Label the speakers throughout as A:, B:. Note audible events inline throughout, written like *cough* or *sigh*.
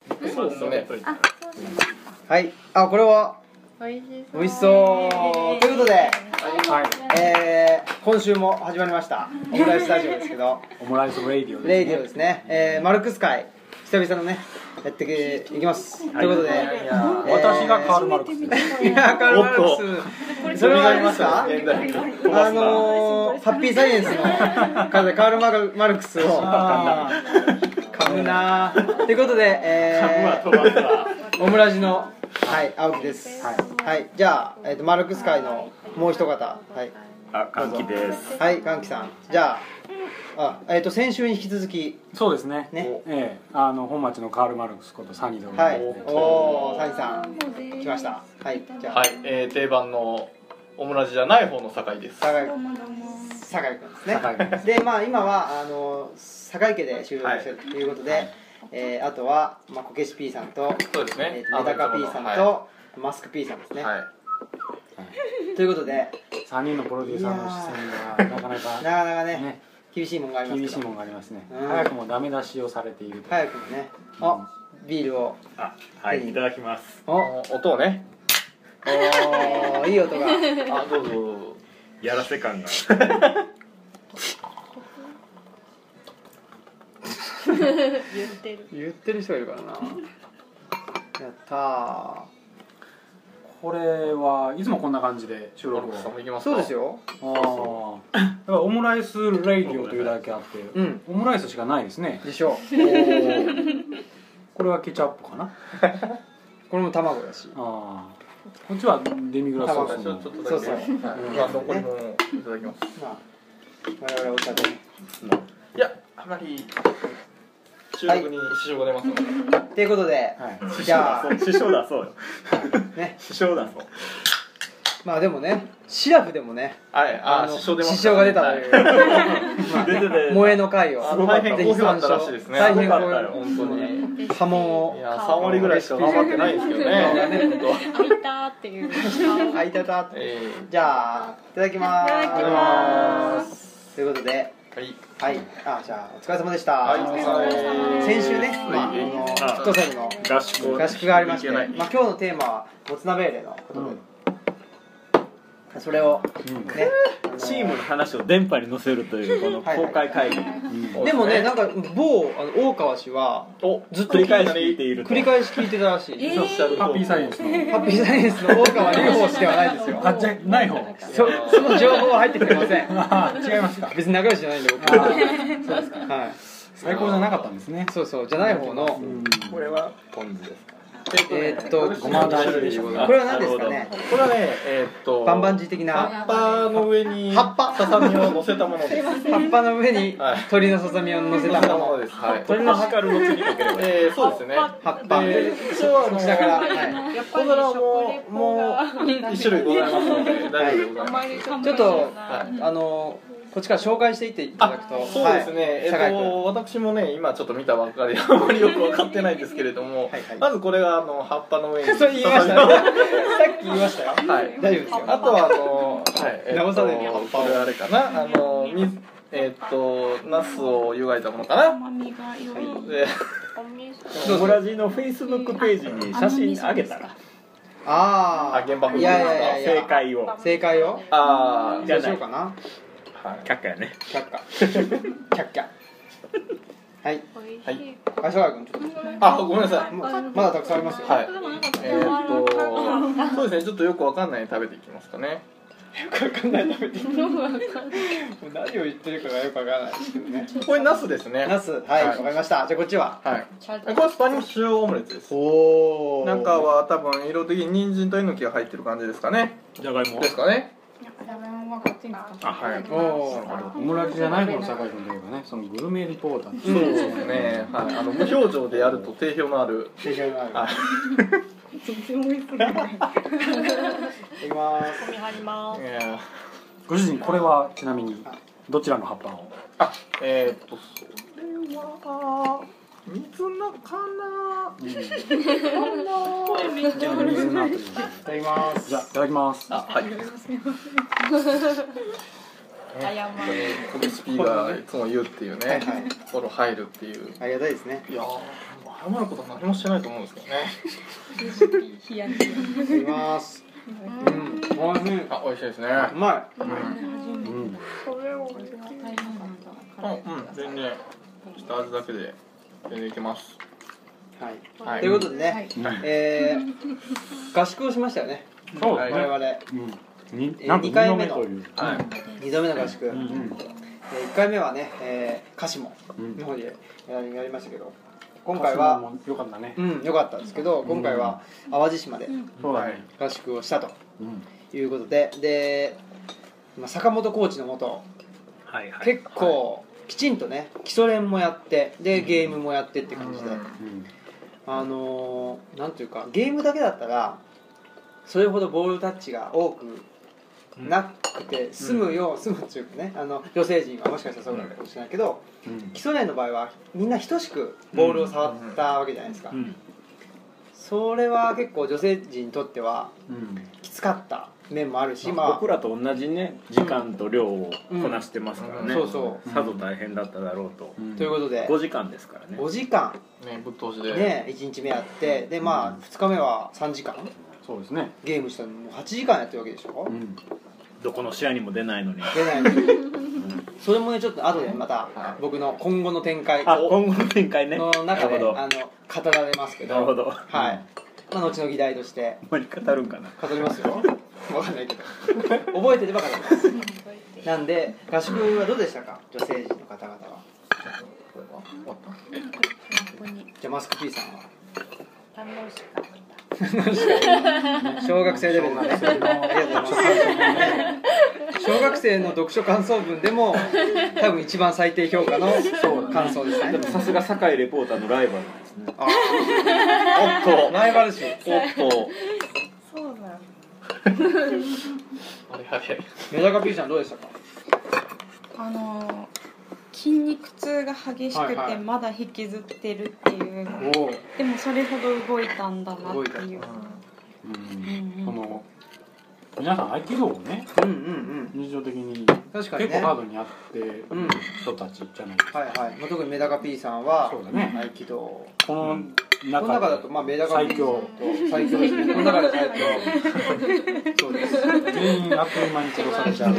A: あ、
B: そうですね
A: そうですね。
C: はいあこれは
A: 美味しそう。
C: 美味しそうということで
B: はい
C: えー、今週も始まりましたオムライススタジオですけど
B: オムライスレイディオ
C: レイディオですね、えー、マルクス会久々のねやってきいきます、ということで、
B: はい
C: えー
B: 私がカールマルクスです
C: いやカールマルクスそれはありますか
D: 現代
C: あのー、ハッピーサイエンスの方でカールマル・マルク
B: *laughs*
C: スを
B: あ
C: 噛むなーということで、え
D: 飛ばすわ
C: ー、オムラジの、はい、青木です、はいじゃあ、えー、とマルクス会のもう一方はい、
D: あ、歓喜です
C: はい、ガンキさんじゃああ、えー、と先週に引き続き
B: そうですね
C: ね
B: ええあの本町のカール・マルクスことサニードル
C: はい
B: で
C: おおサニさん来ましたはいじゃあ、
D: はい、えー、定番のオムラジじゃない方の酒井です
C: 酒井
A: どうもどうも。
C: 酒井君です
B: 酒井君で
C: ねでまあ今はあの酒井家で収録してるということで、えーあとは、まあ、こけし P さんと
D: そうです
C: え
D: ね
C: ーとメダカ P さんと、
D: は
C: マスク P さんです
D: い
C: ね、
D: はい
C: ということで
B: 3人のプロデューサーの出演がなか
C: *laughs*
B: な
C: なか
B: か
C: なかね
B: ね
C: 厳しいもんがありますけ
B: 厳
C: ど
B: しいもんがありますね
C: うん
B: 早くもダメ出しをされていると
C: 早くもねあビールを
E: あはいいただきます
C: お
D: この音をね
C: おーいい音が
D: あ、どうぞどうぞ
E: やらせ感が
A: 言ってる。
C: 言ってる人がいるからなやったー
B: これはいつもこんな感じで収
D: マル
B: 録を
D: クスさんも行きますか
C: そうですよ
B: ああだからオムライスレイディオというだけあって、
C: うん
B: オムライスしかないですね
C: でしょう
B: これはケチャップかな
C: *laughs* これも卵だし
B: あーこっちはデミグラスソ
D: ち
B: ー
D: ょ
B: ス
D: ちょ
B: の
D: っとだけ
C: そうそう
D: はいまあ残りもいただきます
C: まあ我々お茶で
D: いや、あまり収録に支障が出ますので
C: ということで、
B: はい
C: じゃあ
E: 師匠だそうよ
C: ね
E: 師匠だそう
C: まあでもねシラフでもね
D: はい、あ、
C: の
D: 支障出ます
C: 支障が出たという、まあ
E: 出てて
C: 萌えの回を
D: あ
E: ごか
D: 大
E: った
D: 変
C: ぜ
D: 好
C: ひ
D: 評だ
C: 参
D: っ
C: 照
D: たらしいですね
C: 大変好評
E: よかったよ
D: 本当に
C: 波紋を
D: いや、3割ぐらいしか頑張ってないですけど
C: 顔が
D: ね
C: ね
D: 本当
A: 開いたっていう。
C: あいたたって
D: え
C: じゃあいただきま
A: い
C: ーす
A: ただきます
C: ということで
D: ーはい
C: はいあじゃあお疲れ様でした、
D: はいお
A: 疲れ様でした
C: 先週ね、
A: はい
C: まあ、あのフ
E: あ
C: ットサルの
E: 合宿を
C: 合宿がありまして、
D: いけ
C: ま
D: な
C: あ、
D: い
C: 今日のテーマはもつ鍋レのことで、それを
B: うん
C: ね、あの
E: チームの話を電波に乗せるというこの
C: はいはい
E: 公開会議
B: うん
C: でもねなんか某あの大川氏は
D: お
C: ずっと
E: 繰り返し聞いていると
C: 繰り返し聞いてたらしい、
A: え
D: おっしゃる通り
B: ハッピーサイエンスの
C: *laughs* ハッピーサイエンスの大川隆法氏ではないですよ
B: あじゃない方
C: そその情報は入ってきてません
B: あー違いますか
C: 別に仲良しじゃないんで僕
B: あーそうですか
C: はい
B: 最高じゃなかったんですね
C: そうそうじゃない方の
B: うん
D: これはポン酢ですか
C: えーっと
B: ごま大
D: 豆でしょうか
C: これは何です
E: な
C: か
E: る
C: ね
D: これはね、えーっと
C: バンバンジー的な
D: 葉っぱの上に
C: 葉っぱ
D: ささみを乗せたものです
C: 葉っぱの上に
D: はい
C: 鳥のささみを乗せた
D: 乗
C: も
D: せ
C: の
D: ですはい
E: 鳥の測るを次にかければ
D: えー、そうですね
C: 葉っぱ
D: で一応あの
C: 口だから、は
D: 小皿ももう一種類ございますので大丈夫でございます
C: い、ちょっと
D: はい
C: あのこっちから紹介していっていただくと
D: そうですね、えっ
C: 酒井
D: と私もね今ちょっと見たばっかりであんまりよく分かってないんですけれども、
C: はいはい
D: まずこれがあの葉っぱの上に
C: 君 *laughs* それ言いましたね
D: 刺
C: さっき言いましたよ
D: 身をはい
C: *laughs* 大丈夫ですよ
D: あとはあのはいえっと
C: 直さないで葉っぱを
D: これあれかなあの水えっとナスを湯がいたものかな
A: 甘みが良い。
D: で
A: お味噌。
C: どう
E: オ
C: ぞ
E: ムラジのフェイスブックページに写真あげたら
C: あ
D: あ
C: あ
D: 現場風
C: い
D: 景です
C: やい
D: か
C: やいやい
E: 正解
C: や
E: を
C: 正解を
D: あ
E: じゃ
C: ど
E: な
C: う
E: い
C: しようかな
D: あはい
E: 却下やね
C: 却下却下はい
A: 美味しい。
C: あ坂井君ちょっと
D: あごめんなさい
C: ままだたくさんありますよ、
D: はい
A: でもなんか
D: えっとそうですねちょっとよくわかんないの食べていきますかね
C: よくわかんない食べて何を言ってるかがよくわからないですけどね
D: これナスですね
C: ナスはいわ、
D: はい
C: かりましたじゃあこっちは
D: はいこれスパニッシュオムレツです
C: お
D: 中は多分色的に人参とえのきが入ってる感じですかね
E: じゃがいも
D: ですかね
E: あはい
C: おお
B: オムラジじゃない方の酒井君といえばねそのグルメリポーターです
D: そうですね、はい、あの無表情でやると定評のある
C: 定評のある、、
D: はい
A: 全然美味しくない。
C: ただきます
A: 込み入ります。
D: えー
B: ご主人これはちなみにどちらの葉っぱを
D: あえー、っとそれは水菜かな
A: めっちゃ美味し
B: 水菜とい
C: いただ
B: う
C: きます
B: じゃあいただきます
D: あはい
A: い。謝
D: これコピスピがいつも言うっていうね
C: はいはい
D: この入るっていう
C: ありがたいですね
D: いやー謝ることは何もしてないと思うんですけどね
A: 冷やし。
C: いただきますうんおいしい
D: あ美味しいですね
C: うま
A: これ初めて。
B: ん
D: これを
A: これは足りなかった
D: あ
A: ら。
D: うん全然ちょっと味だけで全然いけます
C: いはい
D: はい
C: ということで
A: は
C: ね
A: い
C: えー合宿をしましたよね
B: そう
D: は
B: で
D: い
B: す
C: 我
B: ね
C: 々
B: うんに
C: えー
B: なんと
C: 二回目
B: 二
C: の
B: という
D: はい
C: 2度目の合宿
B: うんうん
C: 1回目はねえー歌詞も
B: うん
C: の方でやりやりましたけど今回は
B: よかったね
C: うん良かったんですけど今回は淡路島で
B: そうだね
C: 合宿をしたと
B: うん
C: いうことででまあ坂本コーチのもと
B: はいはい
C: 結構きちんとね基礎練もやってでゲームもやってって感じで、
D: う
B: うん
C: あのーなんていうかゲームだけだったらそれほどボールタッチが多くなくて済むよう、済むっていうかねあの女性陣はもしかしたらそうなのかもしれないけど、
B: うん
C: 基礎練の場合はみんな等しくボールを触ったわけじゃないですか、
B: うん
C: それは結構女性陣にとっては
B: うん
C: きつかった面もあるし、
F: まあ、
C: ま
F: 僕
C: あ、
F: らと同じね時間と量をこなしてますからね、
D: うん
C: そうそうう、
F: さぞ大変だっただろうと、
B: うん
C: ということで
F: 5時間ですからね
C: 5時間
D: ねぶっ通しで
C: ね1日目やってでまあ2日目は3時間
B: そうですね
C: ゲームしたのもう8時間やってるわけでしょ、
B: うん
F: どこの試合にも出ないのに
C: 出ないのそれもねちょっと後でまた
D: はい
C: 僕の今後の展開
F: あ
C: の
F: 今後の展開ねな
C: 中
F: る
C: で、
F: ほど
C: あの語られますけど
F: なるほど
C: はい、まあ、後の議題として
F: あんまり語るんかな
C: 語りますよわかんないけど覚えてれば語りますなんで合宿はどうでしたか女性陣の方々は
D: これは終わった
A: ここに
C: じゃあマスク P さんは
A: 楽しかった。
C: 小学生レベルのねありがとうございます小学生の読書感想文でも多分一番最低評価の感想ですね
F: でもさすが酒井レポーターのライバルですね
C: あーおっとライバル視
F: おっと
A: そうなん。
D: あれあれ
C: メダカ P ちゃんどうでしたか
E: あのー筋肉痛が激しく
C: はいは
E: て
C: い
E: まだ引きずってるっていう、
C: おお
E: でもそれほど動いたんだなっていう、
B: うんその皆さん合気道をね
C: うんうん
B: 日常的に
C: うん確かに
B: 結
C: ね
B: 構ハードにやってる
C: うん
B: 人たちじゃないですか
C: はいはい、まあ、特にメダカ P さんは
B: そうだね
C: 合気道
B: この
C: この中だ
B: 中
C: と
B: で
C: まあメダカ P
B: 最強
C: 最強です
B: *laughs*
C: ねこの中で最強そうです
B: 全員あっという間に殺されちゃう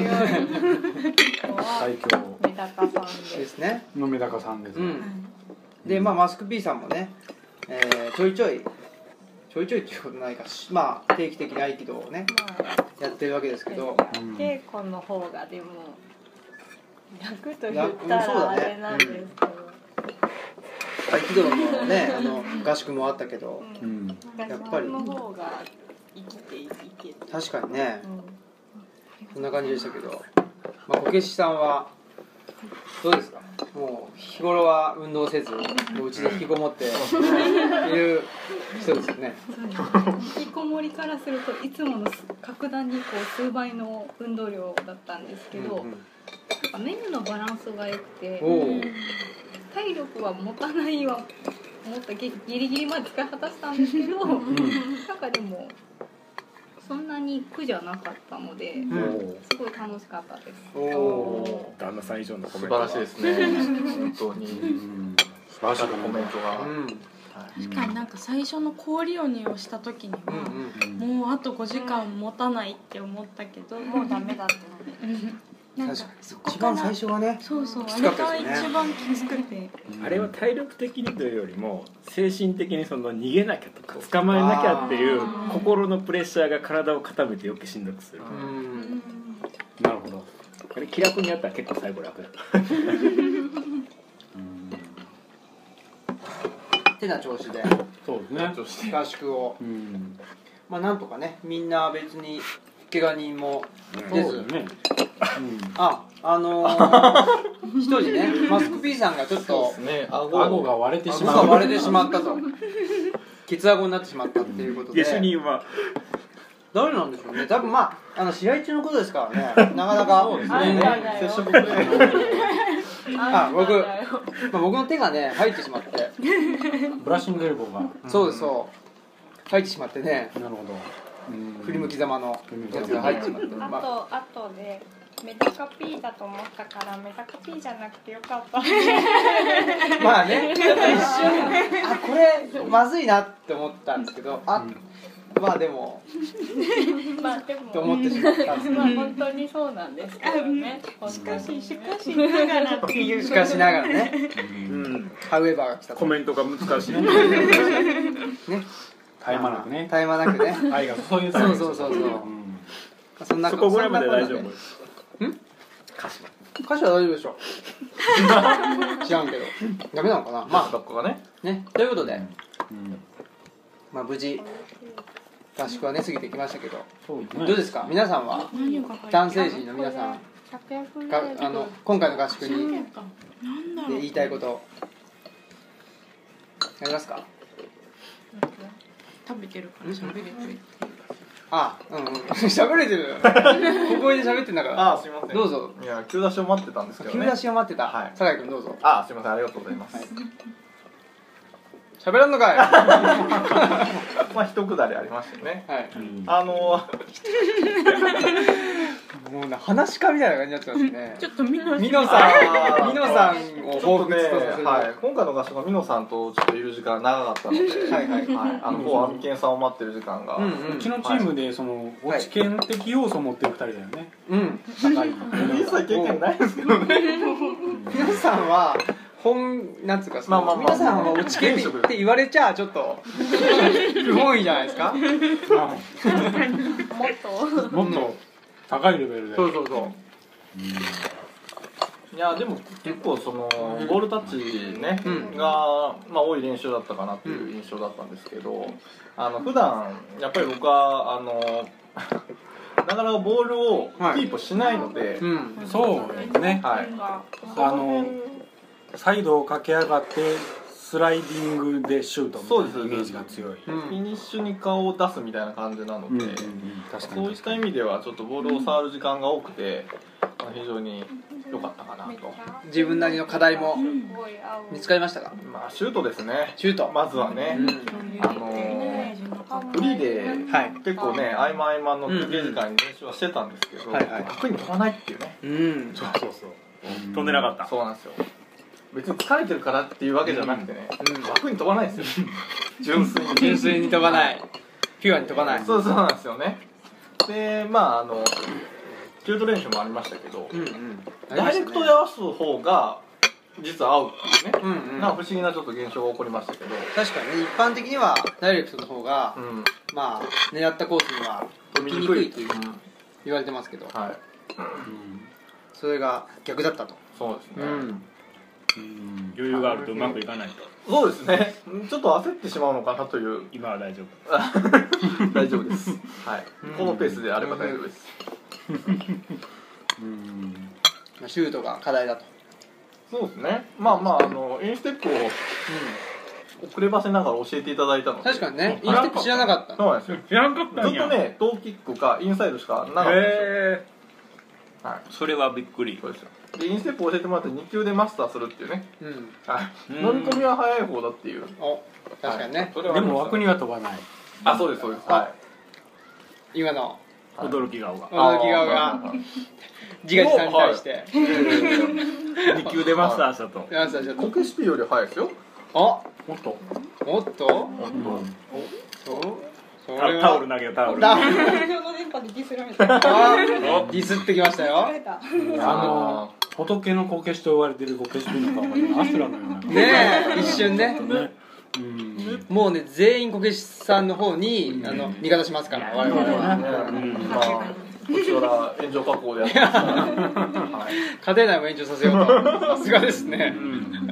B: 最強
A: メダカさん
C: で
A: です
C: ね
B: のメダカさんです
C: う
B: ね
C: んでまあマスク P さんもね、えーちょいちょいちょいちょいっていうことないかしまあ定期的に合気道をね
A: ま
C: やってるわけですけど
A: あ稽古の方がでも楽と言った
C: 楽うんそう
A: ら
C: だ
A: あ
C: ね
A: れなんですけど、
C: 合気道のねあの合宿もあったけど
A: う、
B: うんん
C: やっ
A: 私
C: ぱり
A: の方が生きていける。
C: 確かにね
A: うん
C: そんな感じでしたけど、まあ、こけしさんはどうですかもう日頃は運動せずもううちで引きこもっている人ですよね
G: 引きこもりからするといつもの格段にこう数倍の運動量だったんですけど、
C: うんう
G: なん
C: ん
G: かメニューのバランスが良くて
C: おう
G: 体力は持たないは持ったギギリギリまで使い果たしたんですけどなんかでもそんなに苦じゃなかったので
C: うん
G: すごい楽しかったです。
C: おお
F: 旦那さん以上の
D: 素
F: コメン
D: 晴
F: ト
D: らしいですね本当に
B: うん素晴らしい
D: 朝のコメントが
C: う
D: は
C: ん
F: うん
H: 確かになんか最初の氷鬼をした時には、
C: うんうん
H: もうあと5時間持たないって思ったけど、
A: もうダメだって思って。
H: なんか
C: 確か
H: そ
C: に
H: こ
C: 一
H: か
C: 番最
H: ら
C: 初はね
H: そうそう、
C: き
H: あ
C: つ
H: れ
C: かった
H: が
C: ですよね
H: 一番きつくて
F: あれは体力的にというよりも精神的にその逃げなきゃとか捕まえなきゃっていう
H: あー
F: 心のプレッシャーが体を固めて余計しんどくする
C: う
H: うんん
B: なるほど
F: あれ気楽にやったら結構最後楽だった
B: うん
C: 手な調子で
B: そうですね
D: 女子
C: 合宿を
B: うん
C: まあなんとかねみんな別に怪我人も出
B: そう
C: ず、
B: だね
C: ああの
B: *laughs*
C: ー一人ねマスク P さんがちょっと
D: ね
B: うん顎
D: 顎
B: が割れてし
C: 顎
B: ま
C: が
B: う
C: 割れてしまったとケツ顎になってしまったっていうことで
F: 下手人は
C: 誰なんでしょうね多分まああの試合中のことですからねなかなか
D: そうです
A: あん
D: ね
A: ただよ
D: 接触で
C: あ僕
A: あんただよ
C: まあ僕の手がね入ってしまって、
B: ブラッシングエルボーが
C: そうですそう入ってしまってね
B: なるほどうん
C: 振り向きざまのやつが入ってしまって、
A: あ
C: まあ、
A: とあとで
E: メダカ P だと思ったからメダカ P じゃなくてよかった
C: まあねちょっと一瞬あこれまずいなって思ったんですけどあまあでも
A: まあでも
C: って思ってしまったんですけ
A: まあ本当にそうなんですけどね。
E: しかししかしながらってい
C: ど
E: う
C: しかしながらねうんハウエバーが来た
F: コ
C: と
F: メントが難しい
B: 絶え間なくね
C: 絶え間なくね
B: 愛がそういう
C: そうそうそうそう
B: うん
C: そんな
F: そこぐらいまで大丈夫
C: 歌詞は大丈夫で *laughs* しょ知らんけどダメなのかなま
D: どこがね
C: あねということで、
B: うん
C: まあ、無事合宿はね過ぎてきましたけど
B: そうですね
C: どうですか皆さんは
E: 何を書かれて
C: 男性陣の皆さんがあの今回の合宿
E: な
C: にで
E: んだろう
C: 言いたいことありますか
E: 食べてるから喋れてる
C: ああうんうん *laughs* 喋れてるここで喋ってんだから
D: あすいません
C: どうぞ
D: いや急出しを待ってたんですけど
C: 急
D: ね
C: 出しを待ってた、
D: はい
C: 酒井君どうぞ
D: あすいませんありがとうございます、
C: 喋らんの *laughs* かいは
D: まあ一くだりありましたよね
C: い
D: あの
C: もうな話し家みたいな感じになっちゃうんです
E: ちょ
C: ね。
E: っとみんな
C: ミノ
D: あ *laughs*
C: さん、
D: ー
C: ミノさんを
D: ちょ
C: 彷
D: っとね、
C: 彿とさせる。
D: はい、今回の合宿はミノさんとちょっといる時間が長かったので、
C: はい
D: は
C: はい
D: い、あのこうアミケンさんを待ってる時間が、
C: うんうん
B: うちのチームでその
C: はい
B: 落ち券的要素を持ってる二人だよね
C: うん。
B: 高いの
D: 一切経験ないんですけどね。
C: ミノさんは本なんつうか、その
D: まあまあま
C: ミ
D: あ
C: ノさんは落ちけって言われちゃちょっと不本意じゃないですか。
A: もっと
B: もっと高いレベルで
C: そうそうそ
D: いやでも結構その
C: うん
D: ボールタッチね、
C: うん
D: がまあ多い練習だったかなっていう印象だったんですけど、あの普段やっぱり僕はあの *laughs* なかなかボールをキープしないので、
C: う。うん。
B: そうですね
D: はい、
B: あのサイドを駆け上がってスライディングでシュートみたいな
D: そうです
B: イメージが強
C: う
B: い
C: ん
D: フィニッシュに顔を出すみたいな感じなので、
B: 確か
D: そうい
B: に
D: った意味ではちょっとボールを触る時間が多くて、まあ非常に良かったかなと。
C: 自分なりの課題も見つかりましたか。
D: まあシュートですね。
C: シュート。
D: まずはね、
C: うん
D: あのーフリーで
C: はい。
D: 結構ね合間合間の休憩時間に練習はしてたんですけど、
C: うんはいはい
D: 枠に飛ばないっていうね。
C: うん。
F: そうそうそう飛んでなかった
D: そうなんですよ。別に疲れてるからっていうわけじゃなくてね、
C: うん
D: 枠に飛ばないんですよ。純粋に。
C: 純粋に飛ばない。ピュアに飛ばない。
D: そうそうなんですよね。でまああのシュート練習もありましたけど。
C: うんうん。
D: ダイレクトで
C: よ。
D: 合わす方が実は合うっていうね、
C: うんうん。
D: なんか不思議なちょっと現象が起こりましたけど、
C: 確かにね一般的にはダイレクトの方が
D: うん、
C: まあ狙ったコースには
D: 飛びにくい
C: 飛びにくいと
D: うん
C: 言われてますけど
D: はい
C: それが逆だったと、
D: そうですね、
F: 余裕があるとうまくいかないと
D: そうですねちょっと焦ってしまうのかなという
F: 今は大丈夫
D: *laughs* 大丈夫です、はい
C: うん、
D: このペースであれば大丈夫です、
C: まあシュートが課題だと、
D: そうですねまあまああのインステップを遅ればせながら教えていただいたので
C: 確かにねイ
D: あ
C: ンステップ知らなかった
D: そうなんですよ
F: 知らんかっ
D: ずっとねトーキックかインサイドしかなかったんですよ
F: へえ
D: はい
F: それはびっくり
D: そうですよでインステップを教えてもらって2球でマスターするっていうね
C: うん
D: はい、
F: うん
D: 乗り込みは早い方だっていう
C: お確かにね、
D: それはあ
B: で
D: りま
B: も
D: した
B: 枠には飛ばない
D: あそうですそうですは
C: 今の
D: はい
F: 驚き顔が
D: い
C: 驚き顔
D: あ
C: が
D: ー
C: 自画自賛に対して
F: 2級出ましたしたと
C: 山下さんちょっ
D: コ
C: と
D: ケシピより早いですよ
C: あ
F: もっと
C: おっとそうそれは
F: タオル投げタオル
C: タオル
G: その電波でディスられた。
C: あディスってきましたよ
G: 疲れた。
B: あの仏のこけしと言われてるこけしの顔がねアスラのような顔
C: ねえ一瞬ね
B: ねうん
C: もうね全員こけしさんの方にあの味方しますから我々は
D: ね
F: うん
D: まあこちら炎上加工でやってますから、はい、
C: 家庭内も延長させようとさすがですね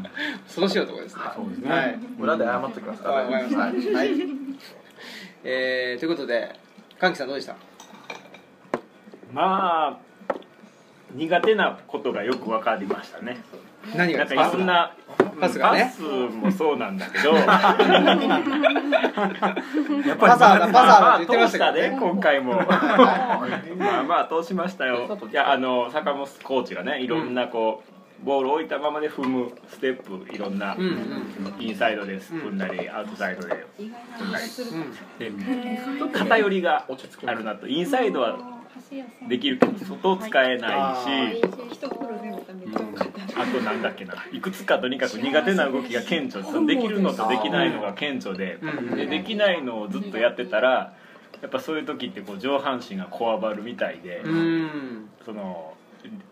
C: *laughs* 恐ろしい男ですね
D: はい
F: そうですね
C: はい
D: 裏で謝ってきますか
C: わ
D: ら、
C: かりました
D: はい
C: はいえーということで歓喜さんどうでした
F: まあ苦手なことがよく分かりましたね
C: 何
F: な
C: が
F: んかいろんな
C: パスがね
F: パスもそうなんだけど *laughs* や
C: パサー
F: っ
C: だパサーだ
F: まあ
C: って言ってましたけどね
F: 通たね今回もまあまあ通しましたよいやあの坂本コーチがねいろんなこう、ボールを置いたままで踏むステップいろんな、
C: うんうん
F: インサイドです踏んだり、アウトサイドで
G: 意外な気がする。
C: うん
F: で偏りが
D: 落ち着き
F: あ
D: ま
F: る
D: す
F: なとインサイドは
G: 箸屋さん
F: できるけど外を使えないし、
G: 人来る目もめっちゃ多かった、
F: あとなんだっけないくつかとにかく苦手な動きが顕著そのできるのとできないのが顕著で
C: うん
F: でできないのをずっとやってたらやっぱそういう時ってこう上半身がこわばるみたいで
C: うん
F: その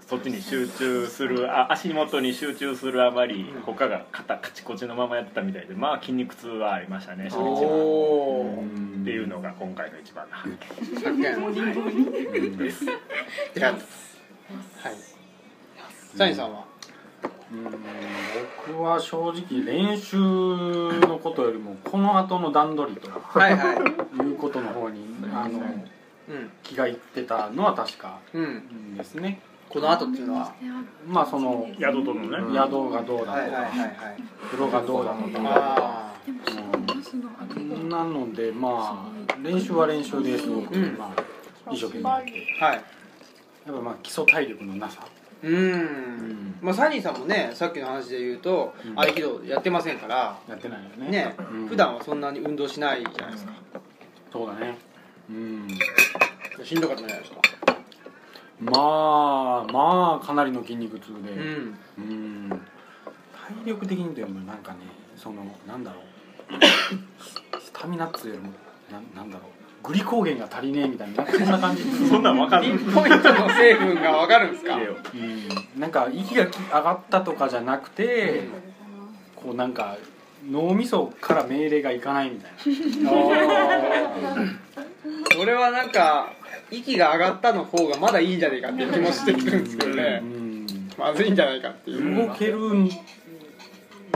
F: そっちに集中するあ足元に集中するあまり他が肩カチコチのままやってたみたいでまあ筋肉痛はありましたね初日は。
C: お
B: う
C: ー
B: ん
F: っていうのが今回の一番の発見
C: 発見
F: *laughs* です。
C: って感じですはいサインさんは
B: うん僕は正直練習のことよりもこの後の段取りと
C: はいはい
B: いうことの方にあ
C: う
B: の
C: ん
B: 気がいってたのは確か
C: うん
B: ですね
C: この後っていうのは
B: まあその
F: 宿とのね、
B: 宿がどうだとか、
C: はいはいはいはい
B: 風呂がどうだとか、
C: あ
E: でもすごいナスの揚げが
B: なのでまあ練習は練習ですごく、
C: うん
B: まあ一生懸命やって
C: あはい
B: やっぱまあ基礎体力のなさ
C: うーんまあサニーさんもねさっきの話で言うと
B: うん
C: 合気道やってませんから
B: やってないよね
C: ね
B: うん
C: 普段はそんなに運動しないじゃないですか
B: そうだねうん
C: しんどかったじゃないですか
B: まあまあかなりの筋肉痛で、
C: うん
B: うーん体力的にというよりもなんかねそのなんだろうスタミナっつうよりもなんなんだろうグリコーゲンが足りねえみたいななんかそんな感じ
F: そんなんわかんない
C: ピ。
F: *laughs*
C: ンポイントの成分がわかるんですか
B: うんなんか息が上がったとかじゃなくて、こうなんか脳みそから命令がいかないみたい
C: 俺はなんか息が上がったの方がまだいいんじゃないかっていう気もしてくるんですけど
B: な、
C: ねまずいんじゃないかっていう
B: うん動ける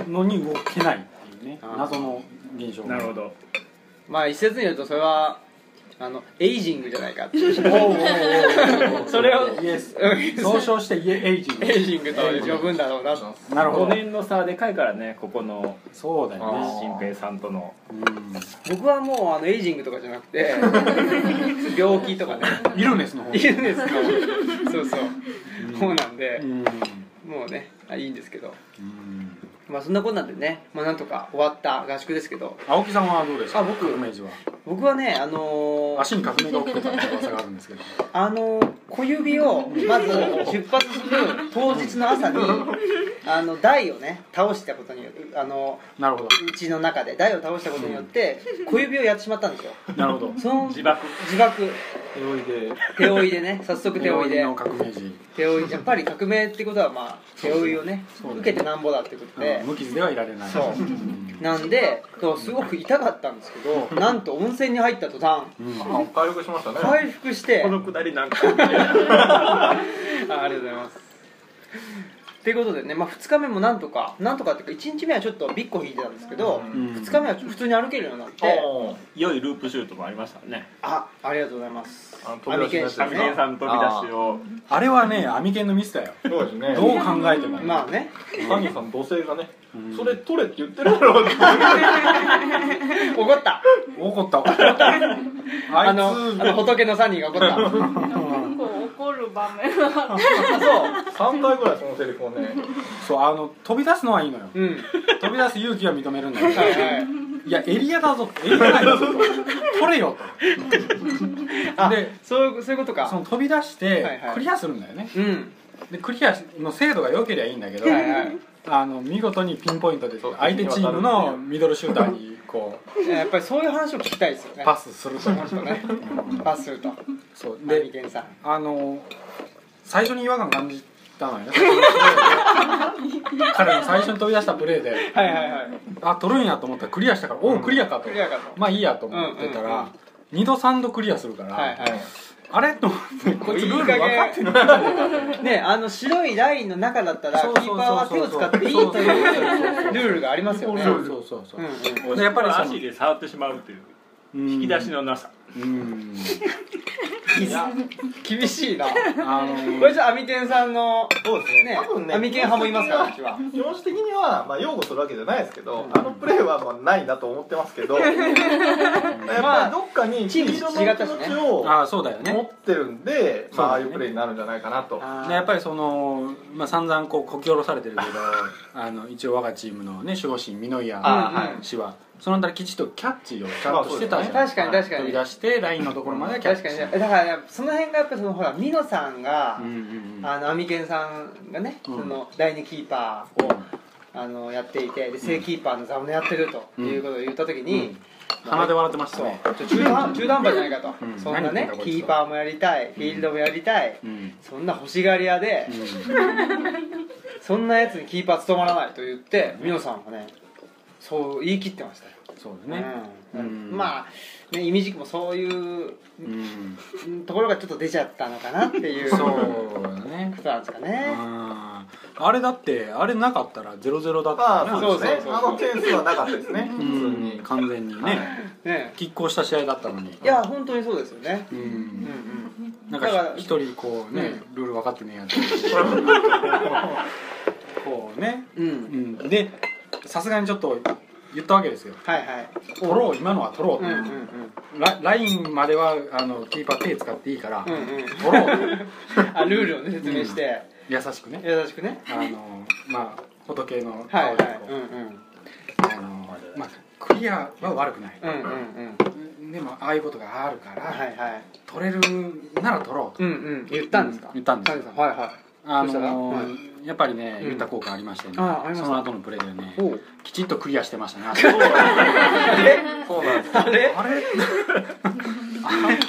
B: のに動けないっていうね
C: あー
B: 謎の現象が
F: なるほど。
C: まあ一説によるとそれはあのエイジングじゃないかっていう
B: おーおーおー
C: それを
B: イエス
C: うん
B: 総称してイエエイジング
C: エイジングと呼ぶんだろうなと
B: なるほ
F: 5
B: ど
F: 年の差でかいからね、ここの
B: そうだよね
F: 新平さんとの。
B: う
C: 僕はもうあのエイジングとかじゃなくて病気とかね
B: んイルネスの方
C: いいんですかそうそう方なんで
B: うん
C: もうねあいいんですけど
B: うん
C: まあそんなこんなんでねまあなんとか終わった合宿ですけど
B: 青木さんはどうでした
C: あ僕
B: イメージは
C: 僕はねあのー
B: 足に革命が起きてたって噂があるんですけど
C: あの小指をまず出発する当日の朝にあの台をね倒したことによってあの
B: なるほ
C: うちの中で台を倒したことによって小指をやってしまったんですよ
B: どなるほど
C: その
F: 自爆。
C: 自爆
D: 手負いで
C: 手負いでね早速手負い
B: *laughs*
C: で
B: の革命児
C: 手負いやっぱり革命ってことはまあ手負いをね
B: そうね
C: 受けてなんぼだってこと
B: う
C: で
B: ん無傷ではいられない
C: そうんなんでそうすごく痛かったんですけどなんと温泉に入った途端
B: うん
D: あ回復しましたね
C: 回復して
F: このくだりなんか。
C: あありがとうございます。ということでね、まあ、2日目もなんとかなんとかっていうか1日目はちょっとビッコ引いてたんですけど、
D: う
B: うんん
C: 2日目は普通に歩けるようになって、
D: おー
F: *laughs* 良いループシュートもありましたね。
C: あありがとうございます
D: あの飛び出しのやつ
C: そう
F: 上
C: ね
F: 平さん飛び出しを。
B: あれはね網犬のミスだよ
D: そうですね
B: どう考えても
C: まあね
D: サニーさん土星がね
B: うん
D: それ取れって言ってるだ *laughs* ろうって
C: 怒った
B: *laughs* 怒った怒ったあいつ
C: *laughs* あのあの仏のサニーが怒った
B: *laughs*
A: 結構怒る場面は
D: 3回ぐらいそのセリフをね
B: そうあの飛び出すのはいいのよ
C: うん
B: 飛び出す勇気は認めるんだけ
C: *laughs*
B: ど
C: はいはい
B: いやエリアだぞエリアだ
C: *laughs*
B: よと取れよと
C: あ
B: で
C: そういうそういうことか
B: その飛び出し
C: はい
B: て
C: はい
B: クリアするんだよね、
C: うん
B: でクリアの精度が良ければいいんだけど、
C: はいはい
B: あの見事にピンポイントで
D: そう
B: 相手チームのミドルシューターにこう
C: やっぱりそういう話を聞きたいですよね
B: パスする
C: *laughs*
B: と
C: スとねパスすると
B: そう
C: で
B: で
C: 美さん
B: あの最初に違和感感じたのよね彼の最初に飛び出したプレーで
C: はいはいはい
B: あ取るんやと思ったらクリアしたから、おおクリアか
C: ク
B: と
C: リアかと
B: まあいいやと思ってたら、
C: うんうんうん
B: 2度3度クリアするから、
C: はいはい
B: あれと思ってこいつルール分かってる
C: ねあの白いラインの中だったらキ
B: そ
C: ー
B: う
C: パ
B: そう
C: ー
B: そうそう
C: は手を使っていいというルールがありますよね
B: そうそうそうそう
C: うんうん
B: でやっぱりその
F: 足で触ってしまうっていう。
B: 引
F: 引き出しのなさ。
B: うん
C: 厳しいなこ
B: あ
C: *laughs*
B: の
C: れじゃあアミケンさんの
D: そうですね
C: ね
D: 多分ね
C: アミケン派もいますからうちは
D: 基本的には、まあ、擁護 *laughs* するわけじゃないですけど、あのプレーはまあないなと思ってますけど、やっぱりどっかかに
C: チーム
D: 黄色の
C: 違っ
D: 気
C: たし
D: 持
C: ね
D: ちを
B: ああそうだよ
D: 持
B: ね
D: ってるんで、
B: そ
D: ま
B: うだね
D: あああいうプレーになるんじゃないかなと。
C: あ
B: ね
C: ー
B: やっぱりその、まあ、散々こうこき下ろされてるけど
C: *laughs*
B: あの一応我がチームの、ね、守護神ミノイア
D: あ
C: うんうん
D: はい
B: 氏はそのあたりきちっとキャッチをちゃんとしてたじゃん、
C: まあそうですね確かに確かに
B: 飛び出してラインのところまではキャッチ
C: 確かにねだからねその辺がやっぱそのほら美濃さんが、
B: うんうんうん
C: あのアミケンさんがね、
B: うん
C: その第2キーパーをあのやっていてで正キーパーの座を狙ってるということを言った時に、
B: うん鼻で笑ってましたね
C: そう中途半中途半端じゃないかと、
B: うん
C: そんな
B: 何言ってん
C: ね
B: だこいつ
C: キーパーもやりたいフィールドもやりたい、
B: うん
C: そんな欲しがり屋で、
B: うん
C: そんなやつにキーパー務まらないと言って美濃さんがねそう言い切ってましたよ
B: そうだね
C: うん
B: うん
C: まあ、ね、イミジクもそういう
B: うん
C: ところがちょっと出ちゃったのかなっていう
B: そうだね
C: ことなんですか
B: う
C: ね
B: んあれだってあれなかったらゼロゼロだった
D: あ
B: から
D: あ
B: ね
D: そうです
C: そうそうそう
D: ね。あの点数はなかったですね。普通
B: うん
D: に。
B: 完全にね
C: ね
B: 拮抗した試合だったのに
C: いや本当にそうですよね
B: う
C: うん
B: ん
C: うん
B: なんか
C: だから
B: 一人こうね、ルール分かってねえ
C: *laughs*
B: やつこうね、
C: うん、
B: うん、でさすがにちょっと言ったわけですよ
C: はいはい
B: 取ろう今のは取ろう
C: う
B: と、
C: んうんうん
B: ララインまではあのキーパー手使っていいから、
C: うんうん
B: 取ろうと
C: あルールをね説明して、
B: 優しくね
C: 優しくね
B: あのまあ仏の
C: はいは
B: 顔で
C: い
B: こ
C: うんう
B: う、
C: ん
B: あのまあクリアは悪くない、
C: うんうんうん
B: でもああいうことがあるから、
C: はいはい
B: 取れるなら取ろうと、
C: うんうん言ったんですか、
B: 言ったんです
C: 谷
B: よ
C: さんはいはい
B: あ
C: そしたら
B: の
C: は
B: ーやっぱりね
C: うん
B: 言った効果ありましてね、
C: あありました
B: その後のプレーでね
C: おう
B: きちんとクリアしてましたね
D: そうなんです。
C: あれ
B: あれ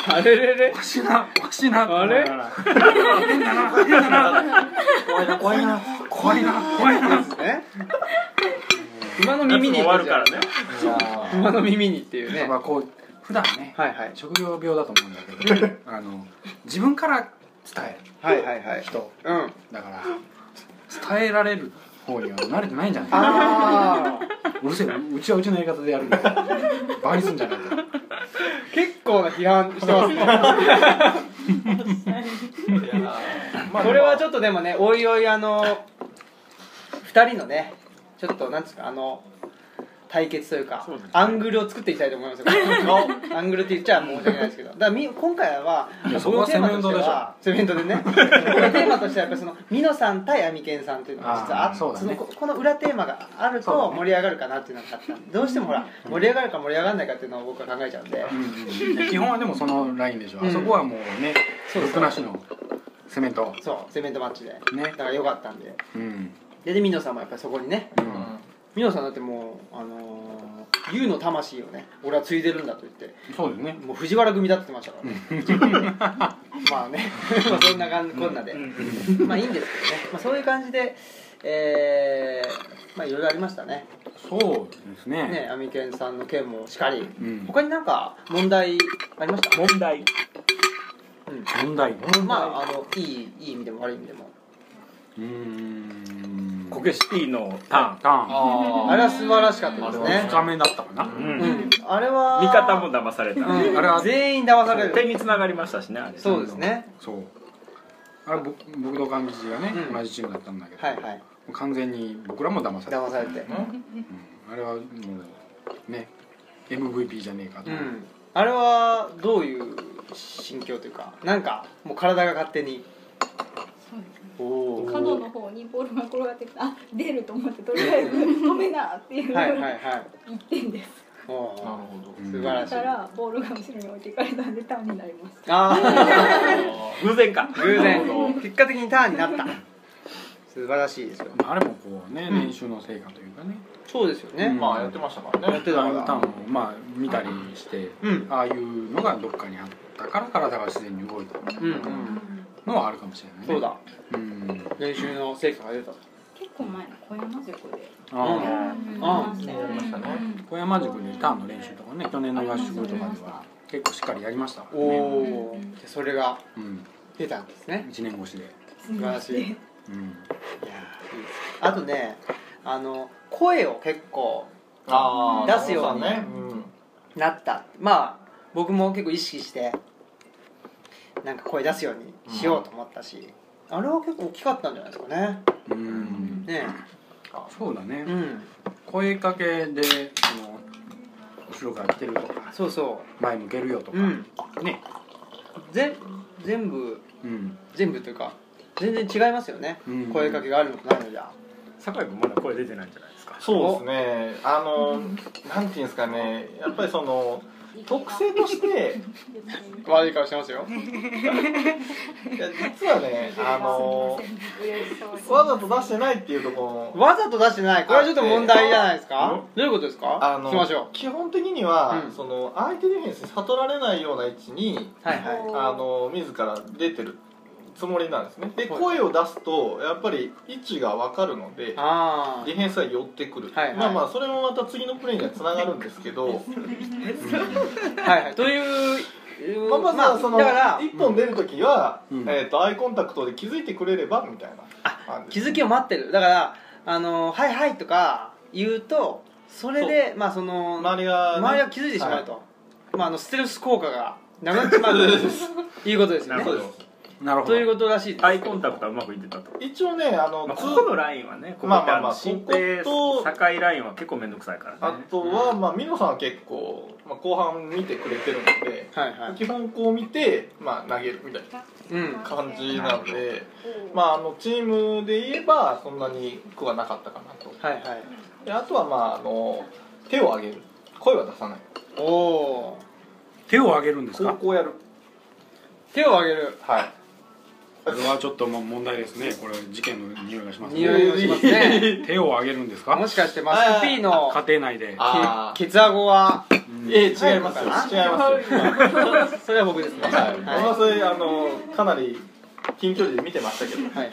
C: あれれれ
B: おかしいなおかしいな
C: あれ
B: と思いながら変だな変だな
D: 怖いな怖いな。
B: 怖いな怖いな *laughs*
C: ね馬の耳に
F: 終わるからね
B: いや
C: 馬の耳にっていうね
B: ーまあこう普段ね
C: はいはい
B: 職業病だと思うんだけどあの自分から伝え
C: はいはいは
B: る
C: い
B: 人
C: うん
B: だから伝えられる方には慣れてないんじゃない
C: ああ
B: うるせえうちはうちのやり方でやるんだバカにすんじゃないか
C: *laughs* 結構な批判してますね
D: いやーまあ
C: これはちょっとでもねおいおいあの2人のねちょっとなんですかあの対決というか
F: そうですね
C: アングルを作っていきたいと思いま
B: *laughs*
C: すよアングルって言っちゃ申し訳ないですけどだからみ今回はい
B: やそ
C: 僕
B: こ
C: の
B: は
C: テーマとしてはセメントでね僕の
B: *laughs*
C: テーマとしてはやっぱりその美濃さん対アミケンさんっていうのが実はあっ
B: あー
C: て
B: そうだね
C: のここの裏テーマがある
B: そうだ
C: と
B: ね
C: 盛り上がるかなっていうのがあったんでどうしてもほら盛り上がるか盛り上がらないかっていうのを僕は考えちゃうんで
B: うん基本はでもそのラインでしょ、
C: うん
B: あそこはもうね
C: そうそう
B: 毒なしのセメント
C: そうセメントマッチで
B: ね
C: だから良かったんで
B: うん
C: でで美濃さんもやっぱりそこにね
B: う
D: うん
B: ん
C: 美濃さんだってもうあのー、優の魂をね俺は継いでるんだと言って
B: そうですね
C: もう藤原組だって言ってましたからね *laughs* まあね
F: *laughs*
C: まあそんな感じこんなで、まあいいんですけどね、まあ、そういう感じでえー、まあいろいろありましたね
B: そうですね
C: ねアミケンさんの件もしかり、
B: うん
C: 他になんか問題ありました、
F: 問題
B: 問題
C: まああのいいいい意味でも悪い意味でも
B: うーん
F: コケシティのターン
B: ターン
D: あ
C: あれは素晴らしかった
B: あ
C: で
B: れ
C: す
B: は
C: ね
B: 深めだったかな、
D: ー
F: うん
C: うんあれは
F: 味方も騙された、
C: うん、
B: あ
C: あ
B: れ
C: れ
B: は
C: は全員騙され
F: 点
C: る
F: につながりましたしねあれ
C: そうですね
B: そうあれ僕僕と神吉がね、
C: うん
B: 同じチームだったんだけど、
C: はいはい
B: もう完全に僕らも騙された、
C: 騙されて
B: うんあれはもうね MVP じゃねえかと、
C: うんあれはどういう心境というかなんかもう体が勝手に
G: そうですね
C: おおー
G: 角の方にボールが転がってきたあ出ると思ってとりあえず止めなっていう
C: はいはいはい
G: 一点です
C: お
D: なる
C: お
D: ほど。
B: うん
C: 素晴ら
G: だ
C: しい
G: からボールが後ろに置いていかれたんでターンになりました
C: あ
F: 偶然か
C: あ偶
F: なるほ
C: 然結果的にターンになった素晴らしいですよ
B: まああれもこうね、
C: うん
B: 練習の成果というかね
C: そうですよ
B: うん
C: ね
D: まあやってましたから
C: や
D: ね
C: って。た
B: ダ
C: か
B: ウンタウンを
C: ら
B: まあ見たりして、
C: うん
B: ああいうのがどっかにあったから体が自然に動いた
C: うんうん
B: のはあるかもしれないね
C: そうだ
B: うん
C: 練習の成果が出た
G: 結構前の小山塾で
B: あ
D: あ
C: あ
D: あやりましたね。
B: あ小山塾でターンの練習とかね去年の合宿とか
G: ありま
B: で
G: し
B: は
G: た
B: 結構しっかりやりましたから
C: お
B: ね、
C: おーそれが
B: うん、
C: 出たんですね
B: 1年越しで、
C: 素晴らしい
B: うん、
C: いやーいいですあとねあの声を結構
D: あ
C: 出すように
D: ね。うん
C: なったまあ僕も結構意識してなんか声出すようにしようと思ったし、あれは結構大きかったんじゃないですかね
B: うん、
C: ね
B: そうだね、
C: うん
B: 声かけでその後ろから来てるとか
C: そうそ
B: 前向けるよと
C: う
B: か、
C: うん
B: ね、
C: 全全部
B: うん、
C: 全部というか全然違いますよね、
B: うん
C: 声かけがあるのとないのじゃ
B: 酒井君まだ声出てないんじゃないですか
D: そうですねあのなんていうんですかねやっぱりその特性として
C: 悪い顔してますよ
D: いや実はねあのわざと出してないっていうところも
C: わざと出してないこれはちょっと問題じゃないですか
B: あ
C: どういうことですか
D: あ
C: 聞きましょう
D: 基本的には、
C: うん
D: その相手ディフェンスに悟られないような位置に
C: はいはい
D: あの自ら出てるつもりなんですねで
C: はい
D: 声を出すとやっぱり位置が分かるので
C: あ
D: ディフェンスが寄ってくる、
C: はいはい
D: まあまあそれもまた次のプレーにはつながるんですけど
C: あはいはいという
D: まあまあまあその
C: だから
D: 1本出る時は、
B: うん
D: えー、とアイコンタクトで気づいてくれればみたいな感
C: 気
D: じ
C: づきを待ってるだからあのはいはいとか言うとそれでまあその周
D: 周りが、
C: りが気づいてしまうと、まああのステルス効果がなくなってしまうということですよ
F: なる
C: ね
D: そ
F: ほ
D: う
F: ど
D: です
B: なるほど
C: ということらしいです
F: アイコンタクトはうまくいってたと、
D: 一応ねあの、
F: まあ、
D: ツ
F: こ
D: ー
F: このラインはねここ
D: まあ
F: って
D: まあ
F: あ
D: まあ
F: の新平
D: ここと
F: 境ラインは結構面倒くさいから
D: あ
F: ね
D: とは、まあ、ミノさんは結構、まあ、後半見てくれてるので、
C: はいはい
D: 基本こう見て、まあ、投げるみたい
C: うん
D: な感じなので、まあ、あのチームで言えばそんなに苦はなかったかなと
C: はいはい
D: であとは、まあ、あの手を上げる声は出さない
C: おお
B: 手を挙げるんです
D: こう
B: か
D: こうやる
C: ー手を挙げる
D: はい
B: これはちょっともう問題ですねこれ事件の匂いがします
C: 匂いがしますね
B: 手を挙げるんですか
C: もしかしてマスク P の
B: 家庭内で
D: あ
C: ケケツアゴは *laughs*
D: ええ違いますよ違いますよ、はい
C: それは僕ですね
D: はい、僕
C: は
D: はそれあのかなり近距離で見てましたけど、
C: は
D: は
C: い
D: い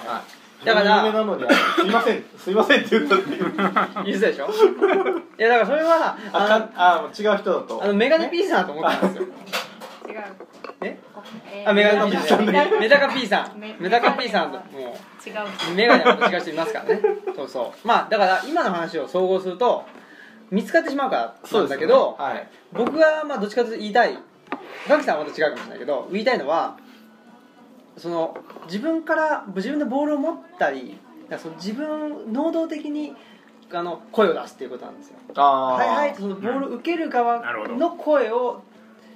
C: だから
D: 夢なのにあのすいませんすいませんって言ったっていう
C: い言ってたでしょいやだからそれは
D: あ
C: *laughs* あ
D: かあ違う人だと
C: のあのメガネ P さんだと思ったんですよ
G: 違う
C: え *laughs*
G: えー
C: あメガネ P さん
G: メガネ
C: メダカ P さん
G: メ
C: メダカ P さんとも
G: 違う
C: うメガネの形がしていますから *laughs* ねそうそうまあだから今の話を総合すると見つかってしまうからなんだけど、
D: はい
C: 僕はまあどっちかというと言いたいガキさんはまた違うかもしれないけど言いたいのはその自分から自分でボールを持ったりだからその自分能動的にあの声を出すっていうことなんですよ
D: ああ
C: はいはいそのボールを受ける側
F: なるほ
C: の声を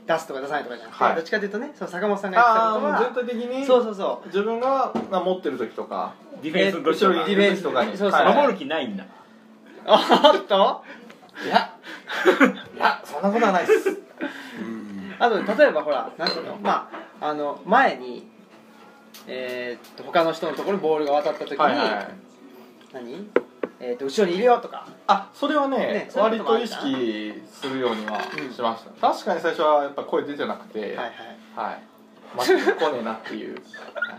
C: 出すとか出さないとかじゃなくて、
D: はい
C: どっちかというとねその坂本さんが
D: ああ
C: 言っ
D: もう
C: てた
D: 全
C: こ
D: 体的
C: とは
D: に
C: そうそうそう
D: 自分がまあ持ってる時とか
F: ディフェンス
D: 後
F: の時と
D: ろに
F: か
D: いる時とかに
C: そうそう
D: はい
F: 守る気ないんだ
C: あっと
D: いやいやそんなことはないです
B: うん
C: あと例えばほらなんていうのまああの前にえーっと他の人のところにボールが渡った時に、
D: はいはい
C: 何えーっと後ろにいるよとか
D: あそれはね
C: ねそうい
D: 割
C: うことも
D: と
C: ある
D: 意
C: かな
D: 識するようには
C: うん
D: しました、確かに最初はやっぱ声出てなくて
C: はい
D: は、
C: はいい
D: マジで来ねえなっていうはいあっ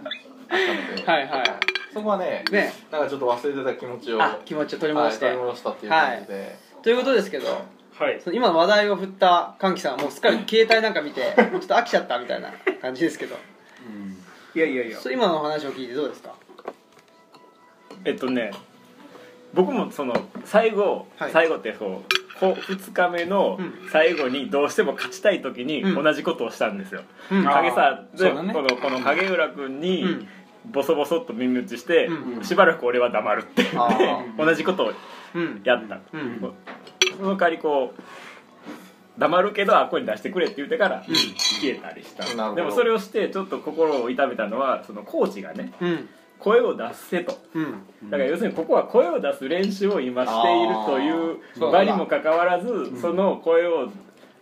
D: たので
C: *laughs* はいはい
D: そこはね
C: ね
D: なんかちょっと忘れてた気持ちを
C: あ気持ちを取り戻して、
D: はい取り戻したっていう感じで、
C: ということですけど
F: はい
C: その今の話題を振った歓喜さんはもうすっかり携帯なんか見て
D: *laughs*
C: ちょっと飽きちゃったみたいな感じですけど
F: いやいやいや
C: そう今のお話を聞いてどうですか
F: えっとね僕もその最後、
C: はい
F: 最後ってこうこう2日目の
C: うん
F: 最後にどうしても勝ちたい時に
C: うん
F: 同じことをしたんですよ、
C: うん
F: 影さ
B: あー
F: で、
B: そうだね
F: このこの影浦君に
C: うん
F: ボソボソっと耳打ちして、
C: うん
B: うん
F: しばらく俺は黙るって言
D: あ
F: って *laughs* 同じことを
C: うん
F: やった、
C: うん
F: こうその代わりこう黙るけどあっこに出してくれって言ってから消えたりした、
D: なるほど
F: でもそれをしてちょっと心を痛めたのはそのコーチがね
C: うん
F: 声を出せと
C: うん
F: だから要するにここは声を出す練習を今していると
D: あー
F: い
D: そうう
F: 場
D: だ
F: にもかかわらず
B: ん
F: その声を